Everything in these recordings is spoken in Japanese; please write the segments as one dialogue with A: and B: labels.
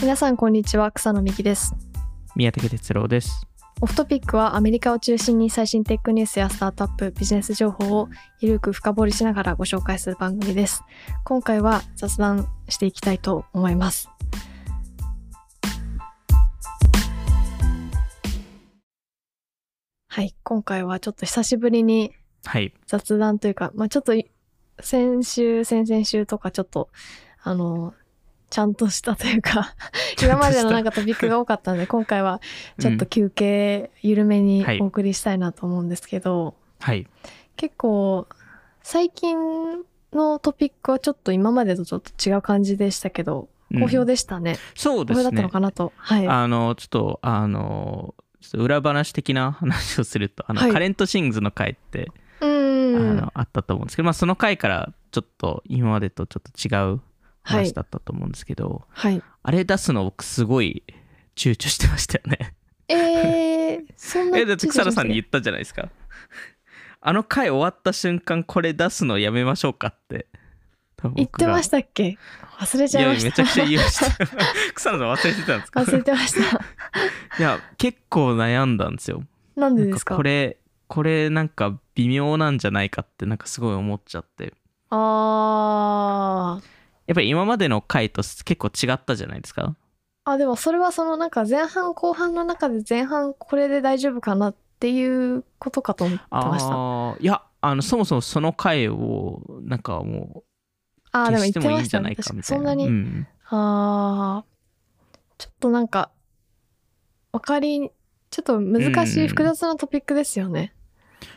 A: 皆さんこんにちは草野美希です
B: 宮武哲郎です。
A: オフトピックはアメリカを中心に最新テックニュースやスタートアップビジネス情報をゆるく深掘りしながらご紹介する番組です今回は雑談していきたいと思いますはい今回はちょっと久しぶりに
B: はい。
A: 雑談というか、まあ、ちょっとい先週先々週とかちょっとあの ちゃんとしたというか
B: ち ゃ
A: 今ま
B: んとした
A: でのなんかトピックが多かったんで今回はちょっと休憩緩めに
B: はい
A: お送りしたいなと思うんですけど、
B: はい。
A: 結構最近のトピックはちょっと今までとちょっと違う感じでしたけど
B: うん
A: 好評でしたね、
B: そうで
A: 好評だ
B: す
A: ったの
B: ね。
A: かなと、はい
B: あの、ちょっと、あの、ちょっと裏話的な話をすると、あの、
A: はい
B: カレントシングズの回って、
A: う
B: あ
A: ん
B: の、あったと思うんですけど、まあ、その回から、ちょっと、今までとちょっと違う話だったと思うんですけど、
A: はい
B: あれ出すの僕、すごい躊躇してましたよね。
A: えー、そんな
B: え、だって
A: 躊躇しま
B: 草野
A: した
B: さ
A: っ
B: ん
A: け
B: に言ったじゃないですか。あの回終わった瞬間、これ出すのやめましょうかって。多分
A: 言っ
B: 僕
A: て
B: が
A: ましたっけ忘れちゃいま
B: いや、
A: し
B: めちゃ
A: た
B: くちゃ言いま した。草野さん忘れてたんですか
A: 忘れてました
B: いや結構悩んだんですよ。
A: なんで
B: なん
A: です
B: か
A: か
B: これこれなんか微妙なんじゃないかってなんかすごい思っちゃって
A: あー
B: やっぱり今までの回と結構違ったじゃないですか。
A: あでもそれはそのなんか前半後半の中で前半これで大丈夫かなっていうことかと思ってました
B: あーいやあのそもそもその回をなんかも
A: あ
B: う
A: ーで
B: 消
A: も言
B: し
A: ってま
B: てもいい
A: し
B: んじ
A: た
B: ゃな
A: ね
B: いかみた
A: そ
B: い
A: ん
B: な。
A: なに、
B: うん
A: あーちょっとなんかわかりちょっと難し
B: う
A: い
B: ん
A: 複雑なトピックですよね、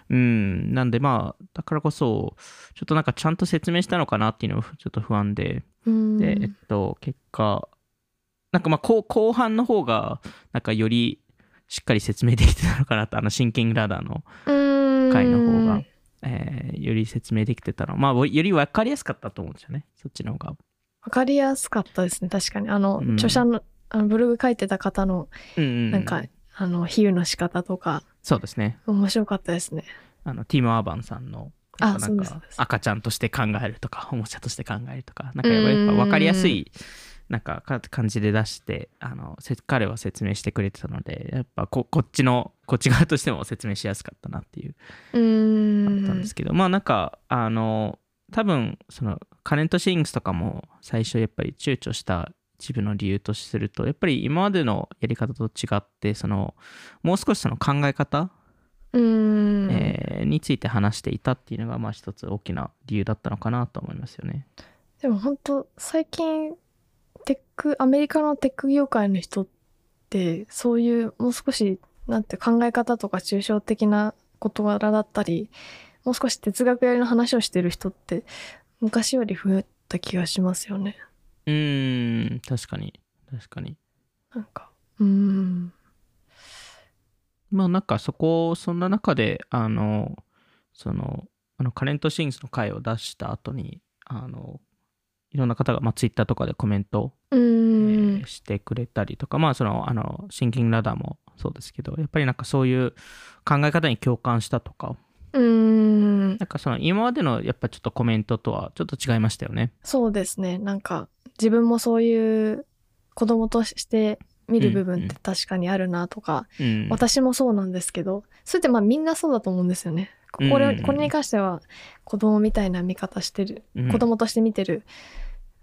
B: うん、なんでまあだからこそちょっとなんかちゃんと説明したのかなっていうのをちょっと不安で
A: うん、
B: で、えっと、結果、なんかまあ後後半の方が、なんかよりしっかり説明できてたのかなと、あのシンキングラダーの
A: うん
B: 回の方が、えーより説明できてたの、まあ、より分かりやすかったと思うんですよね、そっちの方が。
A: わかりやすかったですね確かにあの、
B: うん
A: 著者のあのブログ書いてた方の
B: うんうん、
A: なんか、あの比喩の仕方とか
B: そうですね、
A: 面白かったですね
B: あのティム・アーバンさんの。
A: あ
B: な
A: そ
B: ん
A: うですそう
B: か
A: です
B: 赤ちゃんとして考えるとかおもちゃとして考えるとかなんかやっぱ分かりやすいなんかか感じで出してあのせ彼は説明してくれてたのでやっぱここっちのこっち側としても説明しやすかったなっていう
A: うー
B: あったん
A: ん
B: ですけど、まあなんかあの多分そのカレントシングスとかも最初やっぱり躊躇した一部の理由とするとやっぱり今までのやり方と違ってそのもう少しその考え方、
A: うーん、
B: えーについて話していたっていうのがまあ一つ大きな理由だったのかなと思いますよね。
A: でも本当最近テックアメリカのテック業界の人ってそういうもう少しなんて考え方とか抽象的な事柄だったりもう少し哲学やりの話をしてる人って昔より増えた気がしますよね
B: うーん確かに確かに。
A: なんかうーん
B: まあなんかそこそんな中であのそのあのカレントシングスの回を出した後にあのいろんな方が、まあ、ツイッターとかでコメント、
A: う
B: え
A: ーん、
B: ーしてくれたりとかまあそのあのシンキングラダーもそうですけどやっぱりなんかそういう考え方に共感したとか
A: うーん
B: なんかその今までのやっぱちょっとコメントとはちょっと違いましたよね。
A: そうですねなんか自分もそういう子供として見る部分って確かにあるなとか、
B: うん、
A: 私もそうなんですけどそれってまあみんなそうだと思うんですよね。こ
B: うん
A: これこれに関しては子供みたいな見方してる
B: うん
A: 子供として見てる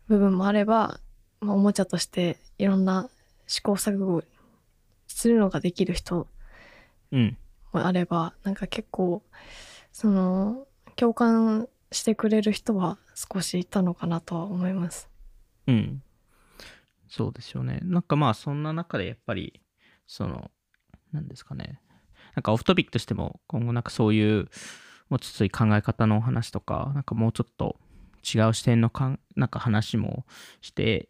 A: 部分もあれば、まあ、おもちゃとしていろんな試行錯誤するのができる人
B: うん
A: もあればなんか結構その共感してくれる人は少しいたのかなとは思います。
B: うん。そうですよね。なんかまあそんな中でやっぱりそのなんですかねなんかオフトピックとしても今後なんかそういうもうちょっといい考え方のお話とかなんかもうちょっと違う視点のかんなんか話もして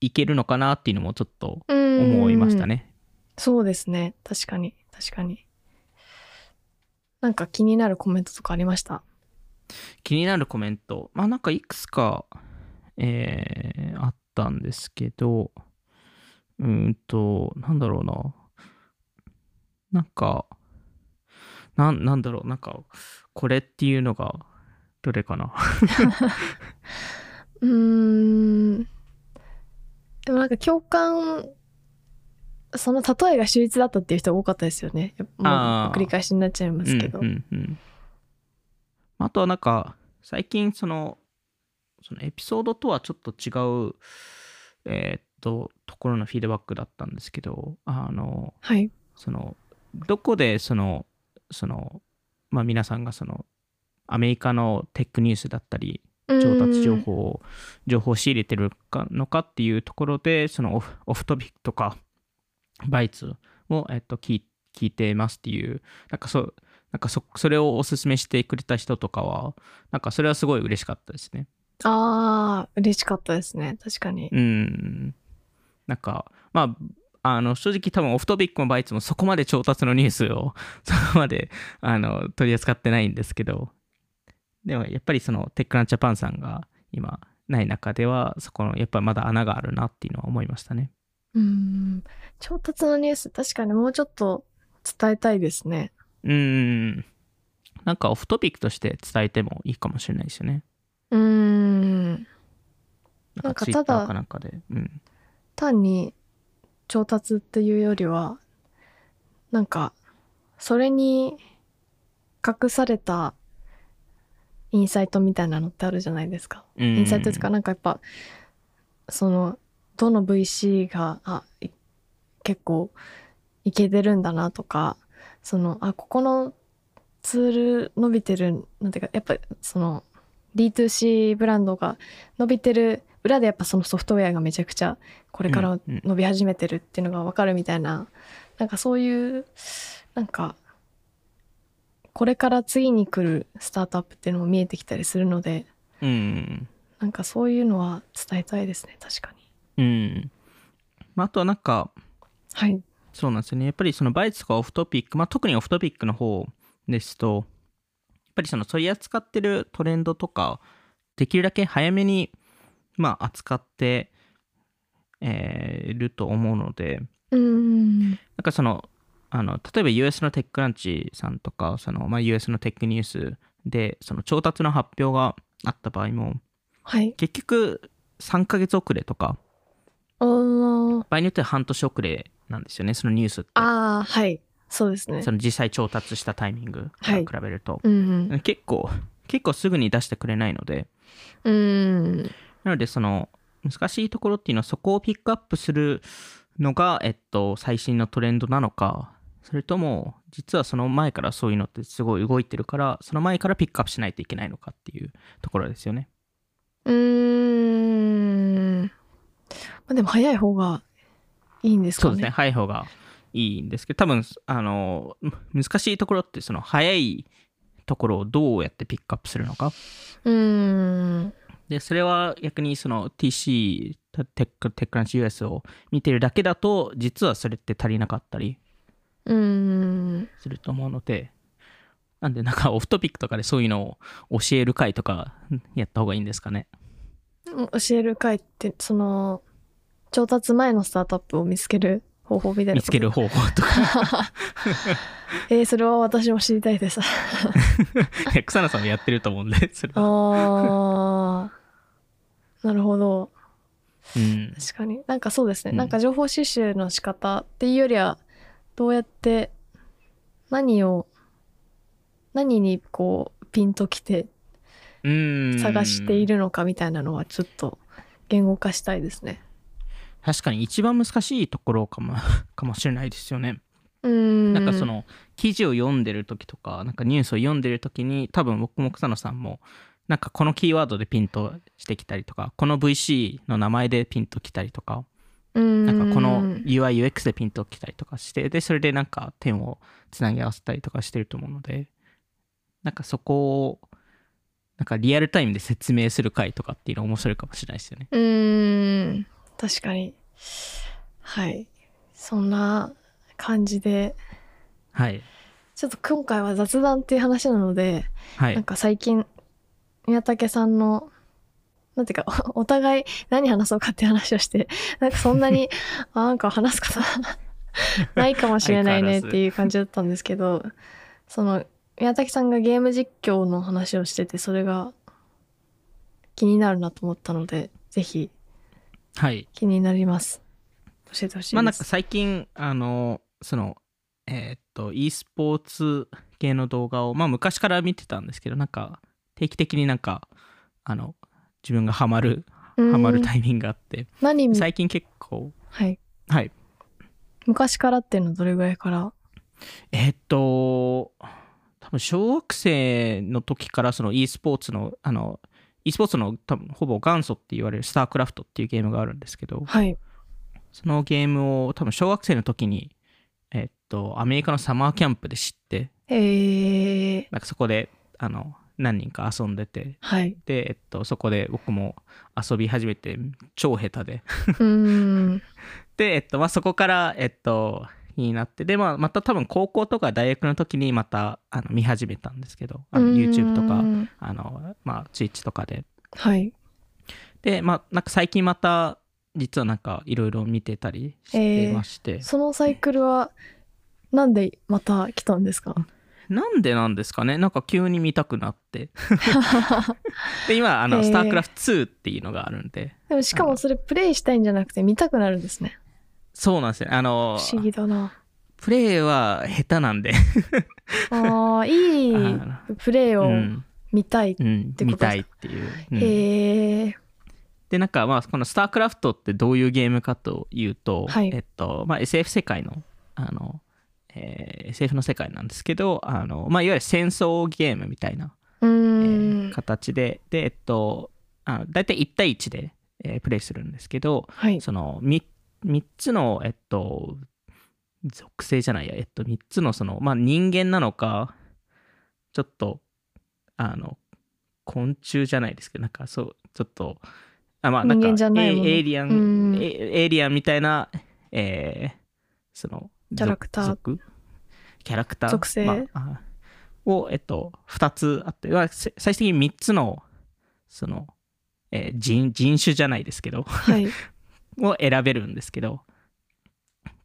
B: いけるのかなっていうのもちょっと思いましたね。
A: そうですね確かに確かになんか気になるコメントとかありました
B: 気になるコメントまあなんかいくつか、えーあったんですけどうーんとなんだろうななんかなんなんだろうなんかこれっていうのがどれかな
A: うーん。でもなんか共感その例えが秀逸だったっていう人が多かったですよね。やっぱもう
B: あー
A: 繰り返しになっちゃいますけど。
B: うんうんうんあとはなんか最近そのそのエピソードとはちょっと違うえーっとところのフィードバックだったんですけどあの
A: はい。
B: そのどこでそのそのまあ皆さんがそのアメリカのテックニュースだったり調達情報を情報を仕入れてるかのかっていうところでそのオフオフトピックとかバイツを、えっと、聞い聞いてますっていうなんかそなんかそそれをおすすめしてくれた人とかはなんかそれはすごい嬉しかったですね。
A: うん。ああ、嬉しかったですね。確かに。
B: うんなんかまああの正直多分オフトピックもバイツもそこまで調達のニュースを そこまであの取り扱ってないんですけどでもやっぱりそのテックランジャパンさんが今ない中ではそこのやっぱりまだ穴があるなっていうのは思いましたね。
A: うん。調達のニュース、確かにもうちょっと伝えたいですね。
B: うんなんかオフトピックとして伝えてもいいかもしれないですよね。
A: うん。
B: なんかツイ
A: な
B: ッ
A: んかただ
B: ターかなんかで。うん、
A: 単に調達っていうよりは、なんか、それに隠されたインサイトみたいなのってあるじゃないですか。インサイトとか、なんかやっぱ、その、どの VC が、あ、い結構、いけてるんだなとか、その、あ、ここのツール伸びてる、なんていうか、やっぱ、その、D2C ブランドが伸びてる裏でやっぱそのソフトウェアがめちゃくちゃこれから
B: うんうん
A: 伸び始めてるっていうのがわかるみたいな、なんかそういう、なんか、これから次に来るスタートアップっていうのも見えてきたりするので、
B: うん
A: なんかそういうのは伝えたいですね、確かに。
B: うんまあ、あとはなんか
A: はい。
B: そうなんですよね。やっぱりそのバイツとかオフトピック、まあ、特にオフトピックの方ですと、やっぱりその取り扱ってるトレンドとか、できるだけ早めに、まあ、扱って、えーいると思うので、
A: うん。
B: なんかその、あの例えば US のテックランチさんとか、そのまあ、US のテックニュースで、その調達の発表があった場合も、
A: はい。
B: 結局3ヶ月遅れとか、
A: あー
B: 場合によっては半年遅れなんですよね、そのニュースって。
A: あー、はい。そうですね
B: そ。の実際調達したタイミングから
A: はい
B: 比べると、
A: うん
B: 結構結構すぐに出してくれないので
A: うん。うん。
B: なのでその難しいところっていうのはそこをピックアップするのが、えっと、最新のトレンドなのかそれとも実はその前からそういうのってすごい動いてるからその前からピックアップしないといけないのかっていうところですよね。
A: うーん。まあでも早い方がいいんですか
B: そう
A: ね。
B: ですね早い方がいいんですけど多分あの難しいところってその早いところをどうやってピックアップするのか
A: うーん。
B: で、それは逆にその TC、テック、テックランチ US を見てるだけだと、実はそれって足りなかったり
A: うーん。
B: すると思うので、なんでなんかオフトピックとかでそういうのを教える会とかやった方がいいんですかね。
A: 教える会って、その、調達前のスタートアップを見つける方法みたいな。
B: 見つける。方法 とか。
A: えー、それは私も知りたいです。あ
B: いや草野さんもやってると思うんで、それ は。
A: あー。なるほど。
B: うん。
A: 確かになんかそうですね、
B: うん
A: なんか情報収集の仕方っていうよりはどうやって何を何にこうピンときて
B: うん。
A: 探しているのかみたいなのはちょっと言語化したいですね。
B: 確かに一番難しいところかも かもしれないですよね。
A: うん
B: なんかその記事を読んでる時とかなんかニュースを読んでる時に多分僕も草野さんもなんかこのキーワードでピンとしてきたりとかこの VC の名前でピンときたりとか
A: な
B: なんかこの UIUX でピンときたりとかしてでそれでなんか点をつなぎ合わせたりとかしてると思うのでなんかそこをなんかリアルタイムで説明する回とかっていうの面白いかもしれないですよね。
A: うん確かにはいそんな感じで
B: はい。
A: ちょっと今回は雑談っていう話なので
B: は
A: なん
B: い。
A: か最近宮武さんのなんていうか おお互い何話そうかって話をしてなんかそんな にあなんか話すことは ないかもしれないねっていう感じだったんですけどその宮武さんがゲーム実況の話をしててそれが気になるなと思ったのでぜひ
B: はい。
A: 気になります。教えてほしいです。
B: まあなんか最近あのそのえーっと e スポーツ系の動画をまあ昔から見てたんですけどなんか定期的になんかあの自分がハマる
A: うん
B: ハマるタイミングがあって
A: 何見
B: 最近結構
A: はい。
B: はい
A: 昔からっていうのはどれぐらいから
B: えーっと多分小学生の時からその e スポーツのあの e スポーツの多分ほぼ元祖って言われるスタークラフトっていうゲームがあるんですけど
A: はい。
B: そのゲームを多分小学生の時にえーっとアメリカのサマーキャンプで知って
A: えー、
B: なんかそこであの何人か遊んでて
A: はい。
B: で、えっと、そこで僕も遊び始めて超下手で
A: うーん。
B: で、えっとまあ、そこから、えっと、になってで、まあ、また多分高校とか大学の時にまたあの見始めたんですけどあの YouTube と
A: う
B: か
A: ん
B: あの、まあ、Twitch とかで
A: はい。
B: で、まあ、なんか最近また実はなんかいろいろ見てたりしてまして、
A: そのサイクルは、なんでまた来たんですか
B: なんでなんですかねなんか急に見たくなって で今あの、
A: えー
B: スタークラフト2っていうのがあるんで
A: でもしかもそれプレイしたいんじゃなくて見たくなるんですね。
B: そうなんですよねあの
A: 不思議だな。
B: プレイは下手なんで、
A: ああ、いい
B: あー
A: プレイ
B: う
A: を
B: ん
A: 見たい。
B: うん
A: てことですか
B: 見たいっていう。うん
A: へえ。
B: でなんかまあこの「スタークラフト」ってどういうゲームかというと、
A: はい
B: えっとまあ、SF 世界のあの、えー SF の世界なんですけどあの、まあ、いわゆる戦争ゲームみたいな、
A: う
B: え
A: ー
B: ー
A: ん。
B: 形でで、えっと、あの大体1対1で、えープレイするんですけど
A: はい。
B: その 3, 3つのえっと属性じゃないや、えっと、3つのその、まあ、人間なのかちょっとあの昆虫じゃないですけどなんかそうちょっとあまあなんか
A: 人間じゃない
B: エ
A: もの
B: イエイリア
A: う
B: ン、
A: ん。
B: エイエイリアンみたいな、えーその
A: キャラクター
B: 属属キャラクター
A: 属性
B: まああを、えっと、2つあってまあせ最終的に3つのその、えー人人種じゃないですけど
A: はい。
B: を選べるんですけど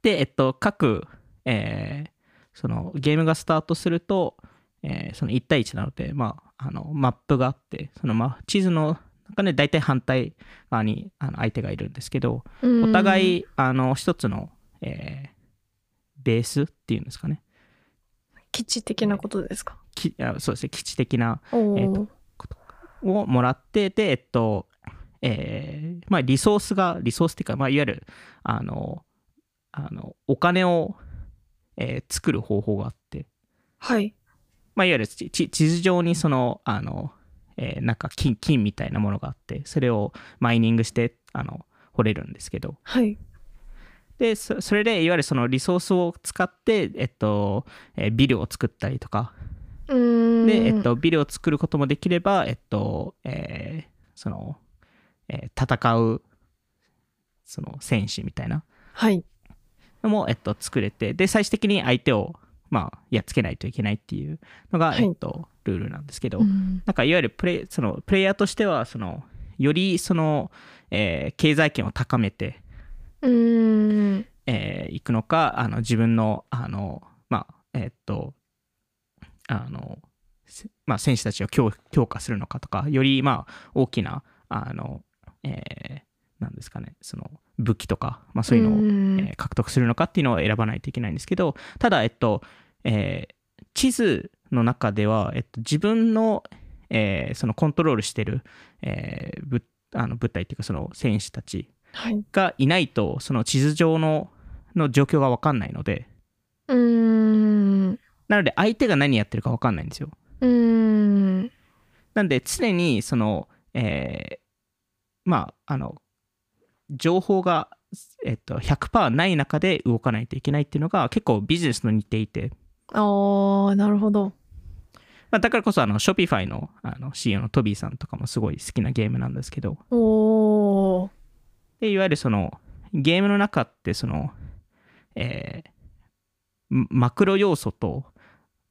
B: でえっと各、えーそのゲームがスタートすると、えーその1対1なので、まあ、あのマップがあってその、ま、地図の中で大体反対側にあの相手がいるんですけどお
A: い、
B: 互いあの一つの、えーベースっていうんですかね
A: 基地的なことですか。
B: きあそうですね基地的な
A: おお
B: えー
A: ー。
B: をもらってでえっとえーまあリソースがリソースっていうか、まあ、いわゆるあのあのお金を、えー作る方法があって、
A: はい。
B: まあ、いわゆる地地地図上にそのあの、えーなんか金金みたいなものがあってそれをマイニングしてあの掘れるんですけど
A: はい。
B: でそそれでいわゆるそのリソースを使って、えっとえービルを作ったりとか
A: うーん。
B: で、えっと、ビルを作ることもできれば、えっと、えーその、えー戦う、その、戦士みたいな
A: はい。
B: のも、えっと、作れて、で、最終的に相手を、まあ、やっつけないといけないっていうのが、
A: はい
B: えっと、ルールなんですけど、
A: うん
B: なんか、いわゆるプレイ、その、プレイヤーとしては、その、より、その、えー経済圏を高めて、
A: うーん。
B: えー行くのかあの自分のあのまあえーっとあの、せまあ、選手たちを強強化するのかとかよりまあ大きなあの、えーなんですかねその武器とか、まあ、そういうのを、
A: の
B: えー獲得するのかっていうのを選ばないといけないんですけどただえっと、えー地図の中では、えっと、自分の,、えーそのコントロールしてる、えーぶあの部隊っていうかその選手たち
A: はい。
B: がいないとその地図上のの状況が分かんないので
A: うーん。う
B: なので相手が何やってるか分かんないんですよ
A: ーん。
B: なんで常にそのえーまああの情報が、えっと、100%ない中で動かないといけないっていうのが結構ビジネスと似ていて、
A: ああ、なるほど。
B: まあ、だからこそあの Shopify のあの CEO のトビーさんとかもすごい好きなゲームなんですけど
A: おお。
B: でいわゆるそのゲームの中ってその、えーんマクロ要素と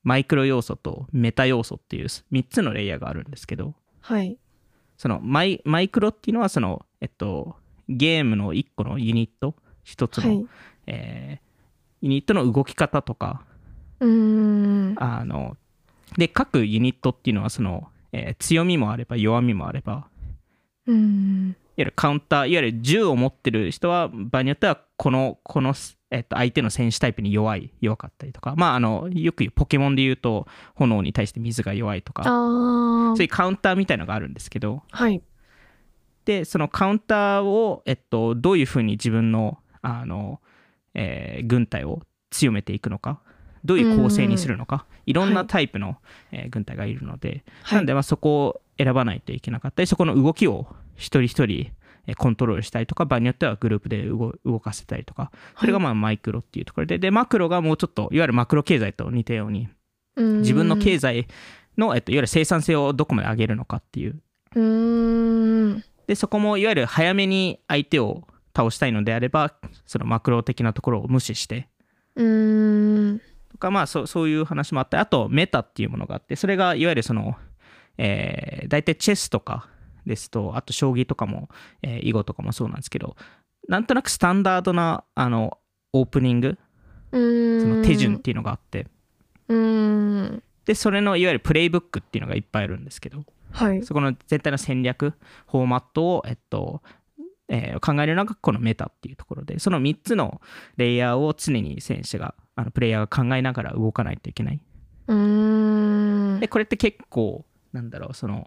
B: マイクロ要素とメタ要素っていう3つのレイヤーがあるんですけど
A: はい。
B: そのマイマイクロっていうのはその、えっと、ゲームの1個のユニット1つ
A: は
B: の、
A: い。
B: えーユニットの動き方とか
A: うーん。
B: あので各ユニットっていうのはその、えー強みもあれば弱みもあれば
A: うーん。
B: ゆるカウンターいわゆる銃を持ってる人は場合によってはこのこの、えっと、相手の戦士タイプに弱い弱かったりとかまああのよく言うポケモンで言うと炎に対して水が弱いとか
A: あ
B: そういうカウンターみたいのがあるんですけど
A: あ。はい。
B: でそのカウンターを、えっと、どういうふうに自分のあの、えー軍隊を強めていくのかどういう構成にするのかいろんなタイプの、えー軍隊がいるので、
A: はい
B: なんでまあそこを選ばないといけなかったりそこの動きを一人一人えーコントロールしたりとか場合によってはグループで動動かせたりとかそれがまあマイクロっていうところででマクロがもうちょっといわゆるマクロ経済と似たように自分の経
A: 済。
B: 済の、えっと、いわゆる生産性をどこまで上げるのかっていう
A: うーん。
B: でそこもいわゆる早めに相手を倒したいのであればそのマクロ的なところを無視して
A: うーん。
B: とかまあそうそういう話もあってあとメタっていうものがあってそれがいわゆるその、えー、大体チェスとかですとあと将棋とかも、えー囲碁とかもそうなんですけどなんとなくスタンダードなあのオープニング
A: うーん。
B: その手順っ。ていうのがあって
A: うーん。
B: でそれのいわゆるプレイブックっていうのがいっぱいあるんですけど
A: はい。
B: そこの全体の戦略、フォーマットを、えっと、えー考えるのがこのメタっていうところで、その3つのレイヤーを常に選手が、あのプレイヤーが考えながら動かないといけない。
A: うーん。
B: で、これって結構、なんだろう、その、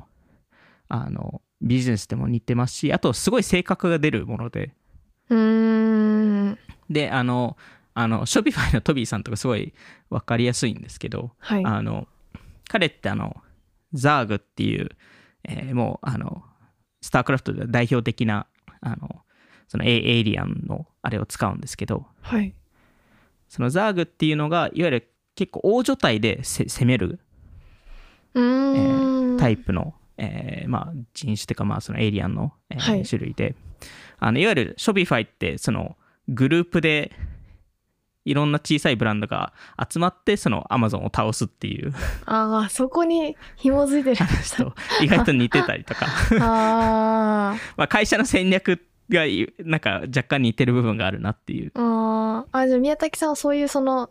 B: あの、ビジネスでも似てますし、あと、すごい性格が出るもので、
A: うーん。
B: で、あの、あの、ショピファイのトビーさんとかすごい分かりやすいんですけど、
A: はい。
B: あの彼ってあのザーグっていう、えーもうあのスタークラフトでは代表的なあのそのエイエイリアンのあれを使うんですけど
A: はい。
B: そのザーグっていうのがいわゆる結構大所帯でせ攻める
A: うーん。
B: タイプの、えーまあ、人種というかまあそのエイリアンの、えー
A: はい
B: 種類であのいわゆるショビファイってそのグループでいろんな小さいブランドが集まってそのアマゾンを倒すっていう
A: ああ、そこに紐づいてるんでし
B: 話
A: た。
B: と意外と似てたりとか
A: ああ。
B: まあ、会社の戦略がいなんか若干似てる部分があるなっていう
A: あーあ、じゃあ宮崎さんはそういうその、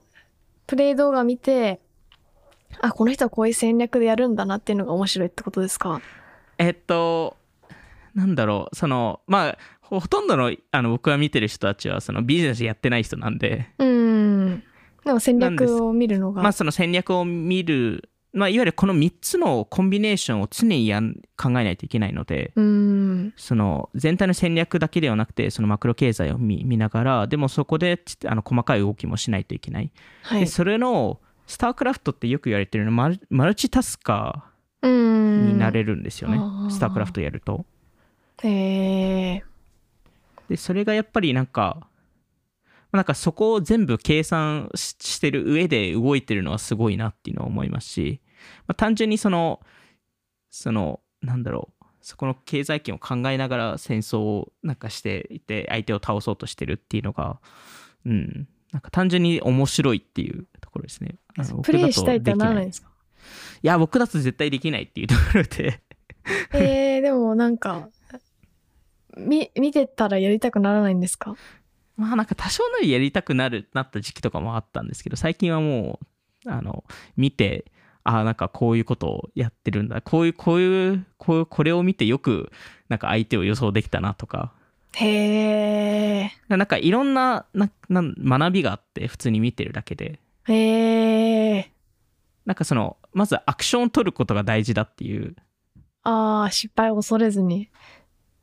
A: プレイ動画見て、あ、この人はこういう戦略でやるんだなっていうのが面白いってことですか。
B: えっとなんだろうそのまあほほとんどのあの僕が見てる人たちはそのビジネスやってない人なんで
A: うん。でも戦
B: なんです
A: 略を見るのが。
B: まあその戦略を見る、まあ、いわゆるこの3つのコンビネーションを常にやん考えないといけないので
A: うん。
B: その全体の戦略だけではなくてそのマクロ経済を見見ながらでもそこでちあの細かい動きもしないといけない、
A: は
B: で
A: い。
B: それのスタークラフトってよく言われてるのはマルマルチタスカー
A: うん。
B: になれるんですよね、
A: あー
B: スタークラフトやると。
A: へえ
B: でそれがやっぱりなんかなんかそこを全部計算ししてる上で動いてるのはすごいなっていうのは思いますし、まあ、単純にそのそのなんだろうそこの経済圏を考えながら戦争をなんかしていて相手を倒そうとしてるっていうのがうんなんか単純に面白いっていうところですね。あの
A: プレイしたいって
B: 僕だ
A: な
B: と
A: らな
B: でき
A: いいんですか
B: いや僕だと絶対できないっていうところで。
A: えー、でもなんか、み、見てたらやりたくならないんですか
B: まあなんか多少なりやりたくなるなった時期とかもあったんですけど最近はもうあの見てああなんかこういうことをやってるんだこういうこういうこういうこれを見てよくなんか相手を予想できたなとか
A: へえ
B: なんかいろんなななん学びがあって普通に見てるだけで
A: ー。へえー。
B: なんかそのまずアクションを取ることが大事だっていう
A: ああ、失敗を恐れずに。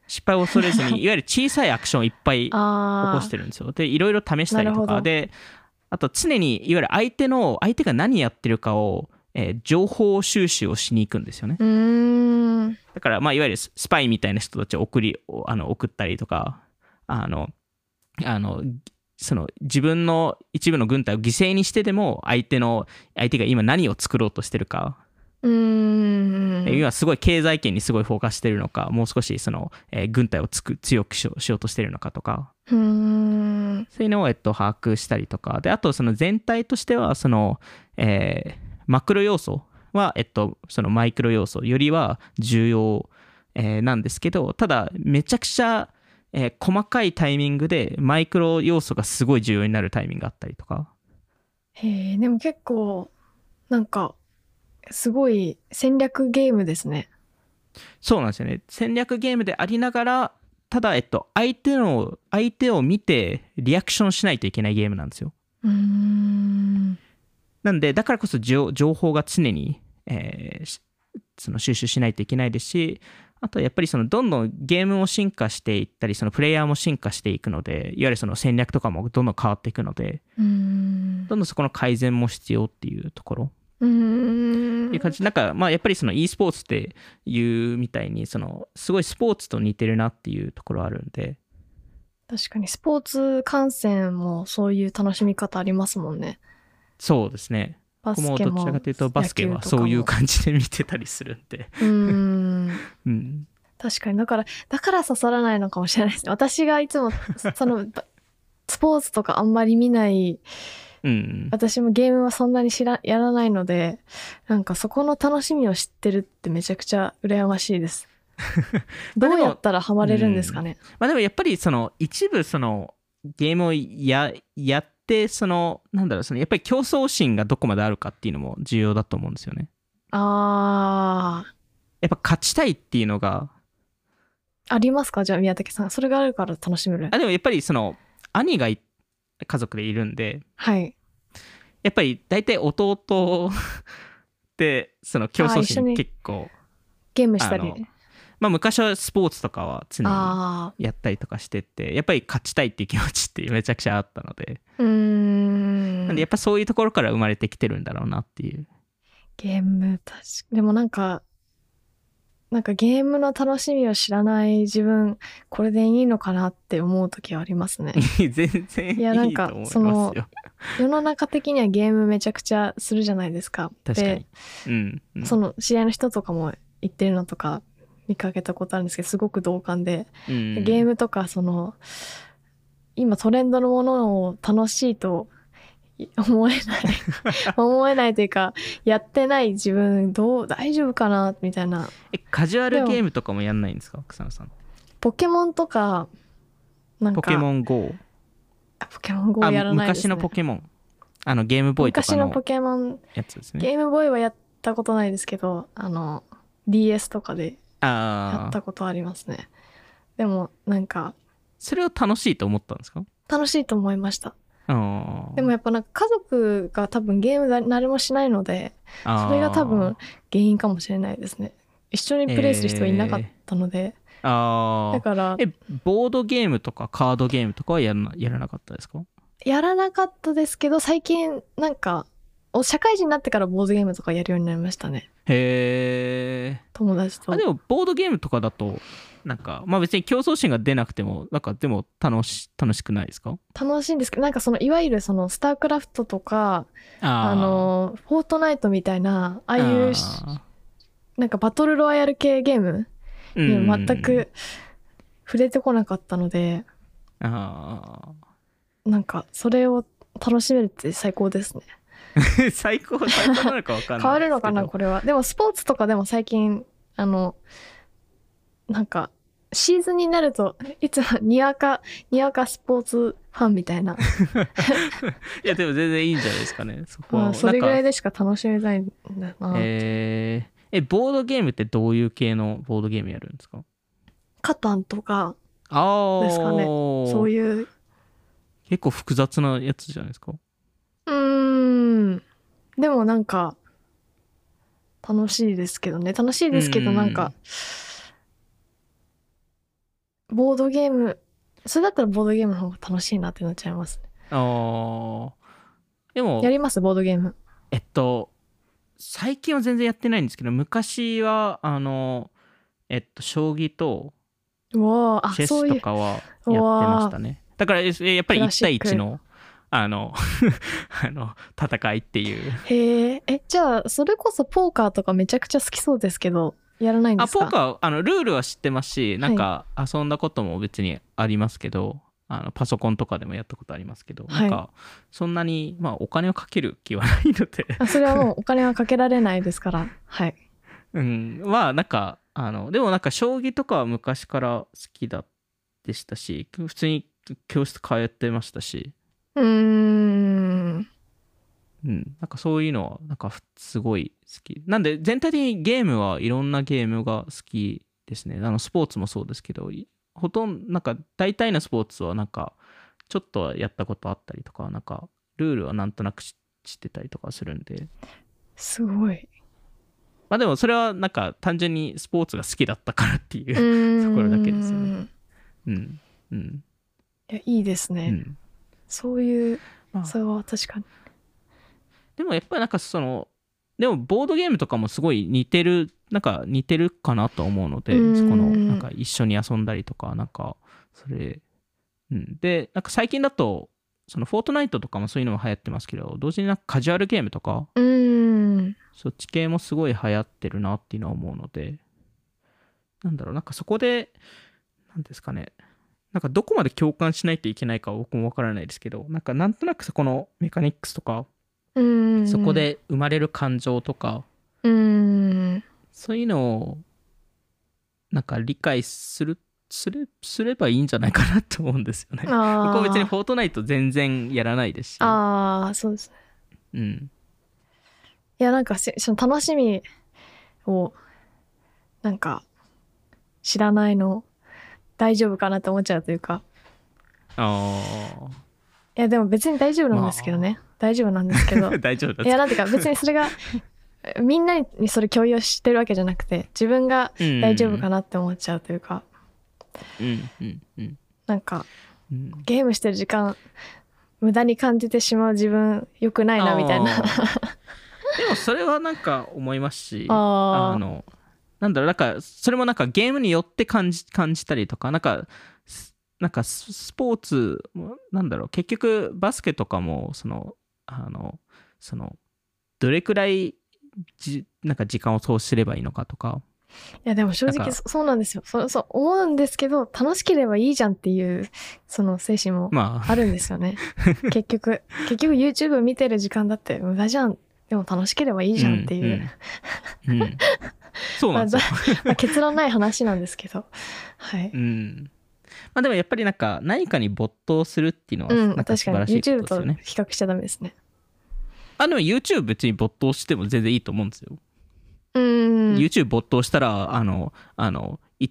B: 失敗を恐れずにいわゆる小さいアクションをいっぱい
A: ああ。
B: 起こしてるんですよ。でいろいろ試したり
A: なる
B: と
A: ほ
B: か
A: ど
B: であと常にいわゆる相手の相手が何やってるかを、えー情報収集をしに行くんですよね
A: うーん。
B: だから、まあ、いわゆるススパイみたいな人たちを送りおあの送ったりとかあのあのその自分の一部の軍隊を犠牲にしてでも相手の相手が今何を作ろうとしてるか
A: うーん。
B: 今すごい経済圏にすごいフォーカスしてるのかもう少しその、えー軍隊をつく強くしようしようとしてるのかとか
A: うーん。
B: そういうのを、えっと、把握したりとか、で、あと、その全体としては、その、えーマクロ要素は、えっと、そのマイクロ要素よりは重要、えーなんですけど、ただ、めちゃくちゃ、えー細かいタイミングで、マイクロ要素がすごい重要になるタイミングがあったりとか、
A: へえ、でも結構、なんか、すごい戦略ゲームですね。
B: そうなんですよね。戦略ゲームでありながら、ただ、えっと、相手の、相手を見てリアクションしないといけないゲームなんですよ。
A: うーん
B: なんで、だからこそ情情報が常に、えーしその収集しないといけないですし、あとはやっぱりそのどんどんゲームも進化していったり、そのプレイヤーも進化していくので、いわゆるその戦略とかもどんどん変わっていくので、
A: うーん
B: どんどんそこの改善も必要っていうところ
A: うーん
B: っていう感じ、なんかまあやっぱりその e スポーツっていうみたいに、そのすごいスポーツと似てるなっていうところあるんで、
A: 確かにスポーツ観戦もそういう楽しみ方ありますもんね
B: そうですね。
A: バ
B: 僕
A: ス
B: も
A: ケ
B: ど
A: も
B: ちらかというとバスケ
A: 野
B: は
A: 球とかも
B: そういう感じで見てたりするんで、
A: うーん
B: うん、
A: 確かにだからだから刺さらないのかもしれないですね私がいつもそのばスポーツとかあんまり見ない
B: うん、
A: 私もゲームはそんなに知らやらないのでなんかそこの楽しみを知ってるってめちゃくちゃ羨ましいです どうやったらハマれるんですかね
B: まあでもやっぱりその一部そのゲームをややってそのなんだろうそのやっぱり競争心がどこまであるかっていうのも重要だと思うんですよね。
A: あー
B: やっぱ勝ちたいっていうのが
A: ありますかじゃあ宮武さんそれがあるから楽しめる
B: あでもやっぱりその兄がい家族でいるんで
A: はい
B: やっぱり大体弟 ってその競争
A: あ一緒
B: 心
A: に
B: 結構
A: ゲームした
B: あ
A: り
B: のまあ昔はスポーツとかは常に
A: あ
B: やったりとかしててやっぱり勝ちたいっていう気持ちってめちゃくちゃあったので
A: ーうーん
B: なんでやっぱそういうところから生まれてきてるんだろうなっていう
A: ゲーム確かでもなんかなんかゲームの楽しみを知らない自分これでいいのかなって思う時はありますね
B: 全然い
A: いやなん
B: い
A: か
B: と思います
A: その
B: よ。
A: 世の中的にはゲームめちゃくちゃするじゃないですか
B: 確かに。うん、うん
A: でその試合の人とかも言ってるのとか見かけたことあるんですけどすごく同感で、
B: うん
A: ゲームとかその今トレンドのものを楽しいとい思え ない思えないというかやってない自分どう大丈夫かなみたいな
B: えカジュアルゲームとかもやんないんですか草野さん
A: ポケモンとか、なんか、
B: ポケモン GO
A: あポケモン GO
B: あ
A: やらないです、
B: 昔
A: ね。
B: のポケモンあのゲームボーイとか
A: 昔のポ
B: の
A: ケモン、
B: やつです
A: ゲ
B: ね
A: ームボーイはやったことないですけど、あの、DS とかでや
B: あ
A: った
B: あ
A: ことありますね。でも、なんか、
B: それを楽しいと思ったんですか
A: 楽しいと思いました。
B: あー
A: でもやっぱなんか家族が多分ゲームだ誰もしないので、
B: あー
A: それが多分原因かもしれないですね。一緒にプレイする人いなかったので、
B: あ
A: だ
B: あ
A: から、
B: えボードゲームとかカードゲームとかはやらなやらなかったですか
A: やらなかったですけど、最近なんか、お社会人になってからボードゲームとかやるようになりましたね。
B: へえ
A: 友達と
B: あでもボードゲームとかだとなんかまあ別に競争心が出なくてもなんかでも楽し楽しくないですか
A: 楽しいんですけどなんかそのいわゆるそのスタークラフトとかあ
B: あー
A: のフォートナイトみたいなああいうし
B: あ
A: なんかバトルロワイヤル系ゲーム
B: ー
A: に
B: うん
A: 全く触れてこなかったので
B: あ
A: なんかそれを楽しめるって最高ですね
B: ー 最高最高なのかわかんない
A: 変わるのかなこ
B: れ
A: れはでもスポーツとかでも最近あのなんかシーズンになると いつもにわかにわかスポーツファンみたい な、
B: いやでも全然いいんじゃないですかねそこは、
A: まあ、それぐらい
B: で
A: でしか楽しめないんだな、
B: えーえボードゲームってどういう系のボードゲームやるんですか
A: カタンとか
B: ああ
A: ですかねそう
B: う
A: いう
B: 結構複雑なやつじゃないですか
A: うーんでもなんか楽しいですけどね楽しいですけど
B: うんうん
A: な
B: うん
A: んかボードゲームそれだったらボードゲームの方が楽しいなってなっちゃいますね
B: あーで
A: や
B: も
A: りますボードゲーム
B: えっと最近は全然やってないんですけど昔はあのえっと将棋と
A: うわーあ
B: チェ
A: そう
B: ス
A: いう
B: とかはやってましたね。だからえやっぱり
A: クラシ
B: 1
A: ッ
B: 対
A: ク
B: 1のあの あの戦いっていう。
A: へええじゃあそれこそポーカーとかめちゃくちゃ好きそうですけどやらないんで
B: あ
A: すか
B: ポーカーはあのルールは知ってますしなんか遊んだことも別にありますけど、あのパソコンとかでもやったことありますけど、
A: はい
B: なんかそんなに、まあ、お金をかける気はないので、
A: あそれはもうお金はかけられないです からはい
B: うん、まあなんかあのでもなんか将棋とかは昔から好きだでしたし普通に教室通ってましたし。
A: うーん
B: うん、なんかそういうのはなんかふすごい好きなんで全体的にゲームはいろんなゲームが好きですねあのスポーツもそうですけどいほとんどなんか大体のスポーツはなんかちょっとはやったことあったりとかなんかルールはなんとなく知知ってたりとかするんです
A: ご い。
B: まあでもそれはなんか単純にスポーツが好きだったからっていうう
A: ーん
B: ところだけですよね。うんうん
A: いや、いいです
B: う
A: ね。
B: ん
A: そういう、
B: まあ
A: それは確かに。
B: でもやっぱりなんかそのでもボードゲームとかもすごい似てるなんか似てるかなと思うので
A: うん
B: そこのなんか一緒に遊んだりとかなんかそれ、うん、でなんか最近だとそのフォートナイトとかもそういうのも流行ってますけど同時になんかカジュアルゲームとか
A: うーん。
B: そっち系もすごい流行ってるなっていうのは思うのでなんだろうなんかそこでなんですかねなんかどこまで共感しないといけないかは僕もわからないですけどなんかなんとなくそこのメカニックスとか
A: うーん。
B: そこ。で生まれる感情とか、
A: うーん。
B: そういうのをなんか理解するすれすればいいんじゃないかなと思うんですよね。
A: ああ。
B: 僕は別にフォートナイト全然やらないですし、
A: ああ、そうですね。
B: うん、
A: いや、なんかせ、その楽しみを、なんか、知らないの、大丈夫かなって思っちゃうというか。
B: あ
A: いや、でも別に大丈夫なんですけどね。大丈夫なんですけど
B: あ。大丈夫だ
A: いや、なんていうか、別にそれが、みんなにそれ共有してるわけじゃなくて、自分が大丈夫か
B: な、
A: なって思っちゃうというか、
B: うんうんうん
A: なんか、
B: うん、
A: ゲームしてる時間、無駄に感じてしまう自分、良くないな、みたいな。
B: あーでもそれはなんか思いますし
A: あ
B: あ
A: ー
B: のなんだろうなんかそれもなんかゲームによって感じ感じたりとかなんかすなんかススポーツもなんだろう結局バスケとかもそのあのそのどれくらいじなんか時間をそうすればいいのかとか
A: いや、でも正
B: なん
A: 直
B: か
A: そ、そうなんですよ。そう、そう、思うんですけど、楽しければいいじゃんっていう、その精神も
B: まあ
A: あるんですよ ね。結局、結局 YouTube 見てる時間だって無駄じゃん。でも楽しければいいじゃんっていう、
B: うん、うんうんそうなんですよ
A: まあ結論ない話なんですけど。はい。
B: うんまあでもやっぱりなんか何かに没頭するっていうのは
A: う、
B: なんんか
A: 確
B: 素
A: かに
B: 晴らしいこと
A: YouTube
B: です
A: と
B: よね、
A: 比較しちゃダメですね。
B: あでも YouTube 別に没頭しても全然いいと思うんですよ、
A: うーん。
B: YouTube 没頭したらあのあのい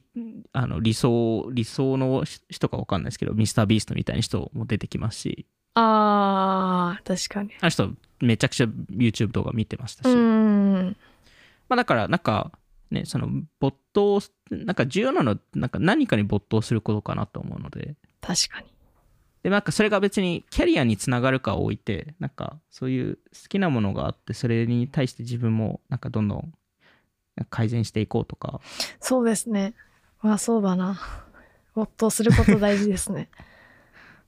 B: あの理想理想の人か分かんないですけど Mr.Beast みたいな人も出てきますし
A: あー、確かに。
B: あの人めちゃくちゃ YouTube 動画見てました
A: う
B: し、
A: ー
B: ま
A: ん。
B: あ、だからなんかねその没頭なんか重要なのはなんか何かに没頭することかなと思うので
A: 確かに。
B: でなんかそれが別にキャリアにつながるかを置いてなんかそういう好きなものがあってそれに対して自分もなんかどんどん改善していこうとか
A: そうですね。まあそうだな。没頭すること大事です ね。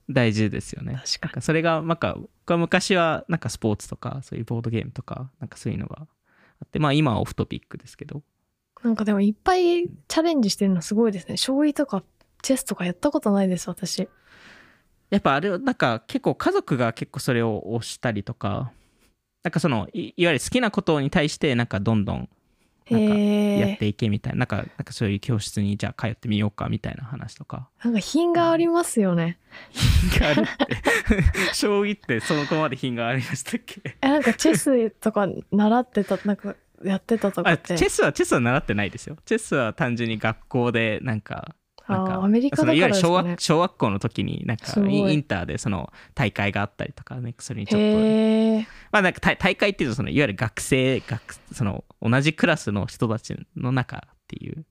B: 大事ですよね
A: 確
B: なん
A: か
B: かそれがなんか僕は昔はなんかスポーツとかそういうボードゲームとかなんかそういうのがあってまあ今はオフトピックですけど
A: に。なんかでもいっぱいチャレンジしてるのすごいですね。将棋とかチェスとかやったことないです、私。
B: やっぱあれはなんか結構家族が結構それを推したりとかなんかそのいいわゆる好きなことに対してなんかどんどん
A: へ
B: やっ
A: え。
B: ていけみたいななんかなんかそういう教室にじゃあ通ってみようかみたいな話とか
A: なんか品がありますよね。
B: があるって将棋って そこまで品がありましたっけ
A: え、なんかチェスとか習ってた、なんかやってたとか
B: あ
A: っ
B: チ
A: て。
B: ェスはチェスは習ってないですよチェスは単純に学校でなんかなん
A: あ
B: か
A: ーアメリカだ
B: そ
A: か
B: のいわ
A: らで
B: ゆる
A: す
B: 小
A: か
B: 学,、
A: ね。
B: 小学校の時になん
A: す
B: か
A: ごい
B: インターでその大会があったりとか、ね、それにちょっと、
A: へえ。
B: まあなんか大大会っていうとそのいわゆる学生学その同じクラスの人たちの中っていう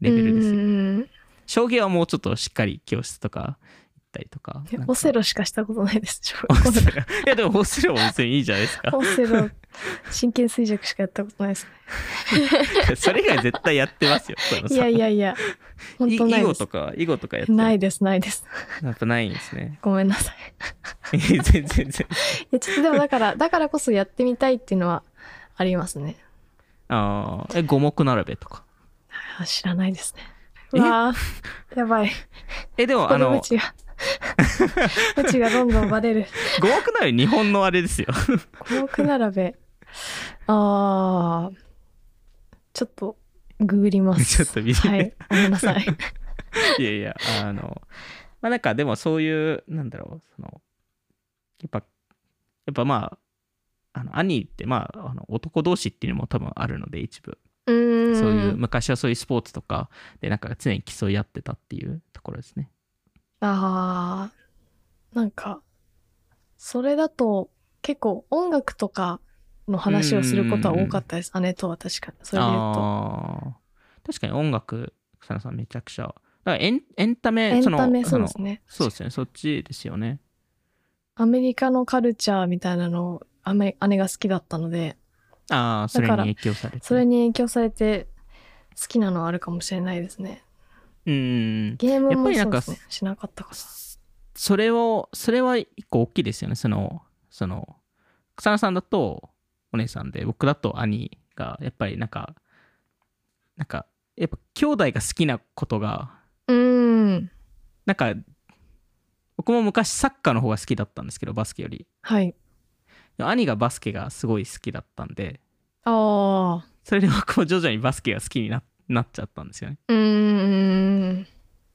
B: レベルです
A: う
B: よ
A: んうん
B: 将棋はもうちょっとしっかり教室とか行ったりとか
A: うん
B: なんか
A: オセロしかしたことないです。
B: オセロいやでもオセロも別にいいじゃないですか
A: オセロ、神経衰弱しかやったことない です。
B: それ以外絶対やってますよそううの
A: い
B: さ
A: やいやいや、本
B: い
A: 当ない
B: 囲碁
A: です
B: と。か囲碁とかやって
A: ないです、ないです。
B: やっぱないんですね
A: ごめんなさい。
B: 全然全然
A: いや、ちょっとでもだ から、だからこそやってみたいっていうのはありますね。
B: ああ五目並べとか
A: あ知らないですね。
B: え
A: うわあ、やばい。
B: えで
A: こ
B: も
A: こ
B: あ
A: で
B: の
A: ムチ が、ムチがどんどんバレる。
B: 五目並べ日本のあ れですよ
A: 五目並べ。あー、ちょっと、ググります。
B: ちょっと見て
A: はい。ごめんなさ い。
B: いやいやあのまあなんかでもそういうなんだろうそのやっぱやっぱまああの兄ってまああの男同士っていうのも多分あるので一部
A: うそう
B: そうい
A: い
B: う
A: う。
B: 昔はそういうスポーツとかでなんか常に競い合ってたっていうところですね。
A: ああ、なんか、それだと結構音楽とかの話をすることは多かったです。姉とは確かに。それで言うと。
B: あー確かに音楽草野さんめちゃくちゃだからエンエンタメ
A: エンタメ
B: そ
A: そ
B: の
A: うですね。
B: そうですねそっちですよね。
A: アメリカのカルチャーみたいなのをあめ姉が好きだったので、
B: ああそれに
A: だから
B: 影響されて。
A: それに影響されて好きなのはあるかもしれないですね。
B: うん
A: ゲーム
B: やっ
A: も
B: ぱりな
A: そ
B: ん
A: う
B: か
A: ですね。しなかったから。
B: それをそれは一個大きいですよねそのその草野さんだとお姉さんで僕だと兄がやっぱりなんかなんかやっぱ兄弟が好きなことが
A: うん。
B: なんか僕も昔サッカーの方が好きだったんですけどバスケより
A: はい。
B: 兄がバスケがすごい好きだったんで
A: ああ。
B: それで僕も徐々にバスケが好きにななっちゃったんですよね
A: うーん。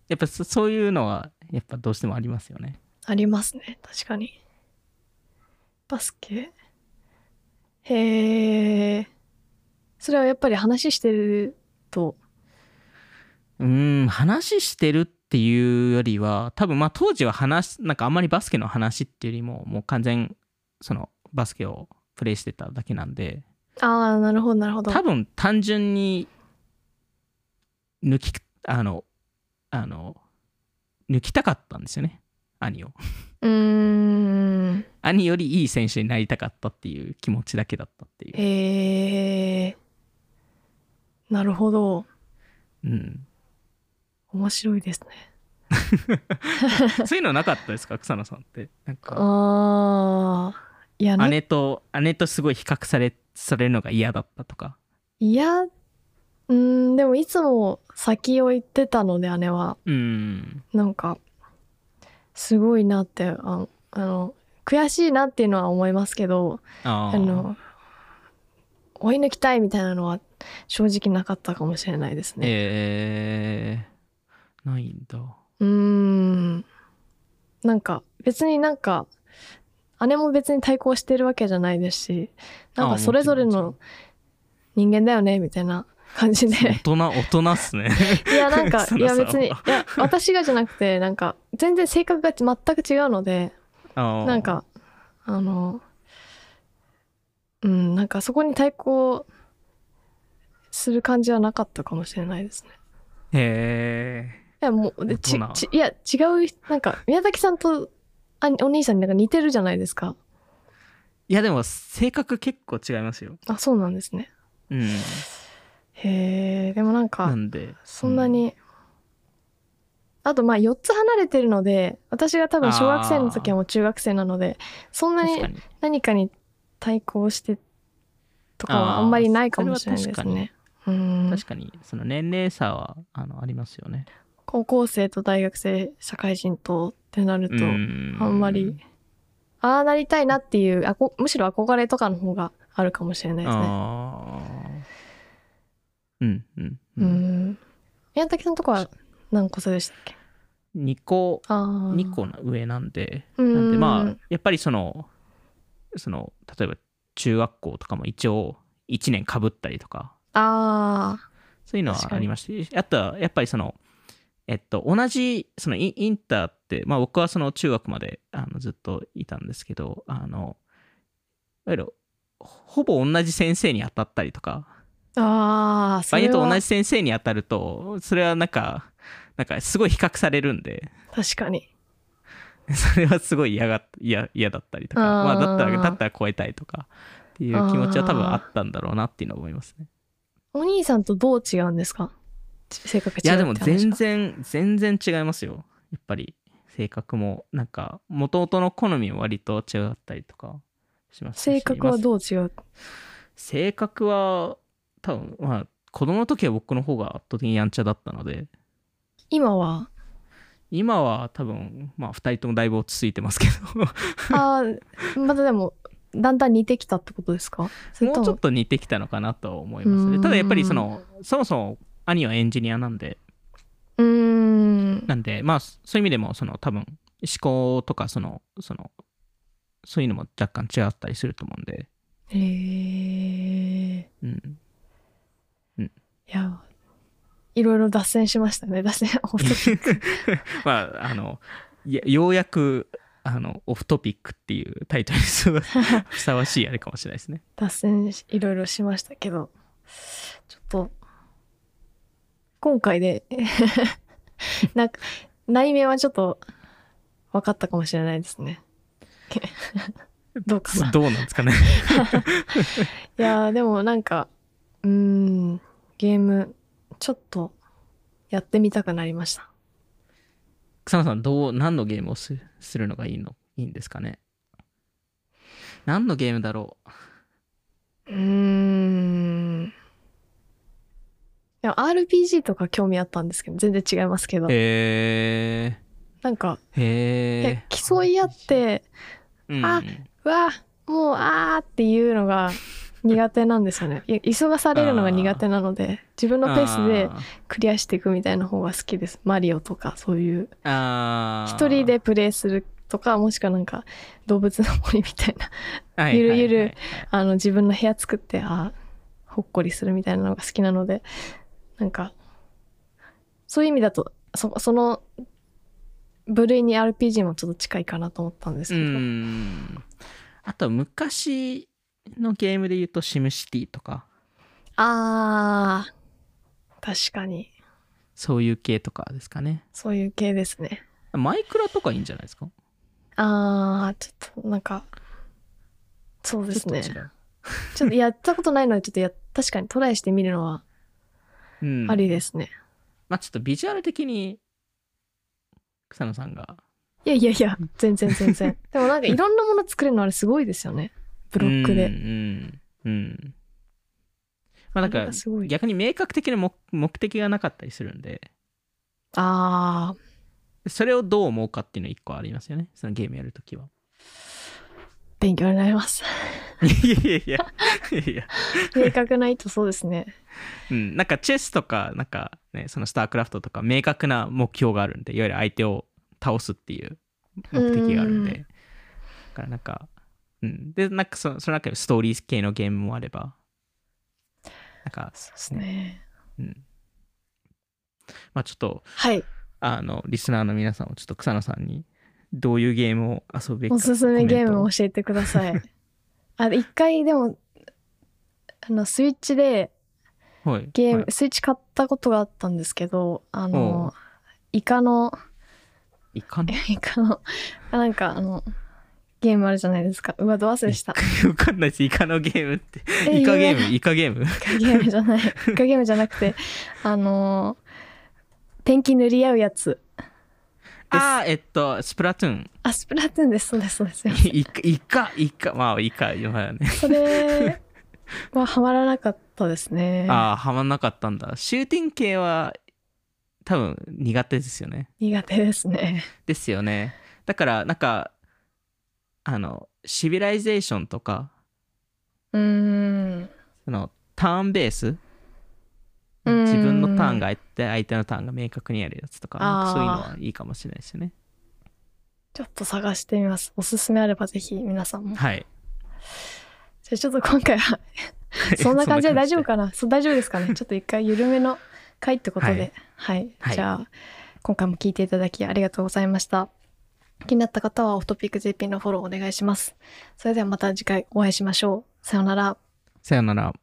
B: やっぱそそういうのはやっぱどうしてもありますよね
A: ありますね。確かに。バスケへえ。それはやっぱり話してると。
B: うーん話してるっていうよりは多分まあ当時は話なんかあんまりバスケの話っていうよりももう完全そのバスケをプレイしてただけなんで
A: ああ、なるほど、なるほど。
B: 多分単純に抜きあのあの抜きたかったんですよね兄を
A: うーん。
B: 兄よりいい選手になりたかったっていう気持ちだけだったっていう、
A: へえ。なるほど。
B: うん、
A: 面白いですね。
B: そういうのなかったですか草野さんってなんか
A: ああ。いや、な
B: 姉と姉とすごい比較されされるのが嫌だったとか
A: いや、うーん、でもいつも先を行ってたので、姉は。
B: うん
A: なんか、すごいなって、ああの、悔しいなっていうのは思いますけど、
B: あ
A: あ
B: ー
A: の、追い抜きたいみたいなのは正直なかったかもしれないですね。
B: えー、ない んだ
A: うーん。なんか、別になんか、姉も別に対抗してるわけじゃないですし、なん
B: あ
A: かそれぞれ
B: も
A: の人間だよね、みたいな感じで。
B: 大人大人っすね
A: いや、なんか、
B: 草
A: い
B: 野
A: や、
B: さんは
A: 別に、いや、私がじゃなくて、なんか、全然性格が全く違うので、
B: あー
A: なんか、あの、うん、なんかそこに対抗する感じはなかったかもしれないですね。
B: へ
A: い
B: え
A: や、もう、でち
B: 大人
A: ちいや、違う、なんか、宮崎さんとあお兄さんになんか似てるじゃないですか。
B: いやでも性格結構違いますよ
A: あ、そうなんですね。
B: うん
A: へえ、でもなんか、
B: なんで
A: そんなに、あとまあ4つ離れてるので私が多分小学生の時はもう中学生なのでそんな
B: 確か
A: に
B: に
A: 何かに対抗してとかは
B: あー
A: あんまりないかもしれないで
B: そ
A: す
B: れは
A: ね。うん
B: 確かにその年齢差はあのありますよね
A: 高校生と大学生社会人とってなると、
B: ん
A: あんまりああなりたいなっていうあこむしろ憧れとかの方があるかもしれないですね。
B: ああーうんうんう、
A: うんん宮崎さんとこは何個差でしたっけ
B: 2個
A: あー
B: 2個の上なんで
A: うん
B: なんでまあやっぱりそのその例えば中学校とかも一応1年かぶったりとか
A: あー
B: そういうのは
A: 確か
B: あ
A: に
B: りましたあとはやっぱりそのえっと同じそのインインターってまあ僕はその中学まであのずっといたんですけどあのいわゆるほぼ同じ先生に当たったりとか
A: あーそ
B: 場合に
A: れ
B: よ
A: は
B: って同じ先生に当たるとそれはなんかなんかすごい比較されるんで
A: 確かに。
B: それはすごい嫌がっ嫌嫌だったりとか
A: あー
B: まあ、だったらだったら超えたいとかっていう気持ちは多分あったんだろうなっていうのは思いますね。
A: お兄さんとどう違うんですか性格違うって
B: いやでも全
A: 話か。
B: 然全然違いますよやっぱり性格もなんか元々の好みも割と違ったりとかしますし
A: 性格は
B: まあ
A: どう違う
B: 性格は多分まあ子供の時は僕の方が圧倒的にやんちゃだったので
A: 今は
B: 今は多分まあ2人ともだいぶ落ち着いてますけど
A: ああ、またでも、だんだん似てきたってことですかそれ
B: も
A: と
B: うちょ
A: も
B: っと似てきたのかなとは思います
A: う
B: ね
A: ん
B: ただやっぱりそのそもそも兄はエンジニアなんで
A: うーん。
B: なんでまあそういう意味でもその多分思考とかそのそのそういうのも若干違ったりすると思うんで
A: へえ。
B: うんうん
A: いや、いろいろ脱線しましたね。脱 線、オフトピック
B: まあ、あの、やようやく、あの、オフトピックっていうタイトルにす るふさわしいあれかもしれないですね。
A: 脱線しいろいろしましたけど、ちょっと、今回で、 なんか、内面はちょっと分かったかもしれないです ね。どうかな。
B: どうなんですかね。
A: いやーでもなんか、うーん、ゲーム、ちょっと、やってみたくなりました。
B: 草野さん、どう、何のゲームをすするのがいいの、いいんですかね。何のゲームだろ
A: う
B: う。
A: ーん。でも RPG とか興味あったんですけど、全然違いますけど、
B: へ
A: なんか、
B: え。へ
A: いや
B: え。
A: 競い合っ、て、
B: うん、
A: あうわもうあーっていうのが苦手なんですよね。い急がされるのが苦手なので、自分のペースでクリアしていくみたいな方が好きです。マリオとかそういう。
B: あー、
A: 一人でプレイするとか、もしくはなんか動物の森みたいな、
B: はいはいはい
A: ゆるゆるあの自分の部屋作って、あーほっこりするみたいなのが好きなので、なんか、そういう意味だと、そその部類に RPG もちょっと近いかなと思ったんです
B: う
A: けど。
B: ん。あと、昔のゲームで言うと、シムシティとか、
A: あー、確かに。
B: そういう系とかですかね。
A: そういう系ですね。
B: マイクラとかいいんじゃないですか
A: あー、ちょっとなんか、そうですね。
B: ちょっ
A: ち
B: と
A: ょっ
B: 違う
A: とやったことないので、ちょっとや、確かにトライしてみるのは
B: うん、
A: ありですね。
B: まあちょっとビジュアル的に草野さんが
A: いやいやいや、全然全 然。でもなんかいろんなもの作れるのあれすごいですよね。ブロック
B: う
A: で。
B: んうん、うんまあなん
A: あれ
B: か
A: がすごい
B: 逆に明確的な目目的がなかったりするんで
A: あー、
B: それをどう思うかっていうの一個ありますよねそのゲームやる ときは
A: 勉強になり ます。
B: いやいやいやいやいや、
A: 明確な意図そうですね。
B: うん、なんかチェスとかなんかねそのスタークラフトとか明確な目標があるんでいわゆる相手を倒すっていう目的があるんで
A: うん
B: だからなんかうんでなんかそその中でストーリー系のゲームもあればなんか
A: そうですね。
B: うんまあちょっと
A: はい。
B: あのリスナーの皆さんをちょっと草野さんにどういうゲームを遊ぶべきか
A: おすすめゲーム
B: を
A: を教えてください。 あ、で一回でも、あの、スイッチで、
B: はい
A: ゲーム、
B: はい
A: スイッチ買ったことがあったんですけど、あ
B: おう
A: の、イカの、
B: いかん
A: イカの、あなんかあの、ゲームあるじゃないですか。うわ、ど忘れした。
B: わかんないですイカのゲームって
A: え
B: イカゲー
A: 有
B: ムイカゲーム
A: 名なイカゲームじゃない。イカゲームじゃなくて、あの、ペンキ塗り合うやつ。
B: ああえっとスプラトゥーン
A: あ、スプラトゥーンです。そうです、そうです。
B: イカイカイカまあイカまあね
A: それはハマらなかったですね。
B: ああはまんなかったんだシューティング系は多分苦手ですよね
A: 苦手ですね。
B: ですよねだからなんかあのシビライゼーションとか
A: うーん。
B: そのターンベース
A: うん
B: 自分のターンがあって相手のターンが明確にあるやつとかなんか
A: あー
B: そういうのはいいかもしれないですよね
A: ちょっと探してみます。おすすめあればぜひ皆さんも。
B: はい
A: じゃあちょっと今回はそんな感じで大 丈夫かなそう大丈夫ですかねちょっと一回緩めの回ってことで。はい。
B: はい
A: じゃあ、今回も聞いていただきありがとうございました。気になった方はオフトピック JP のフォローお願いします。それではまた次回お会いしましょう。さようなら。
B: さよなら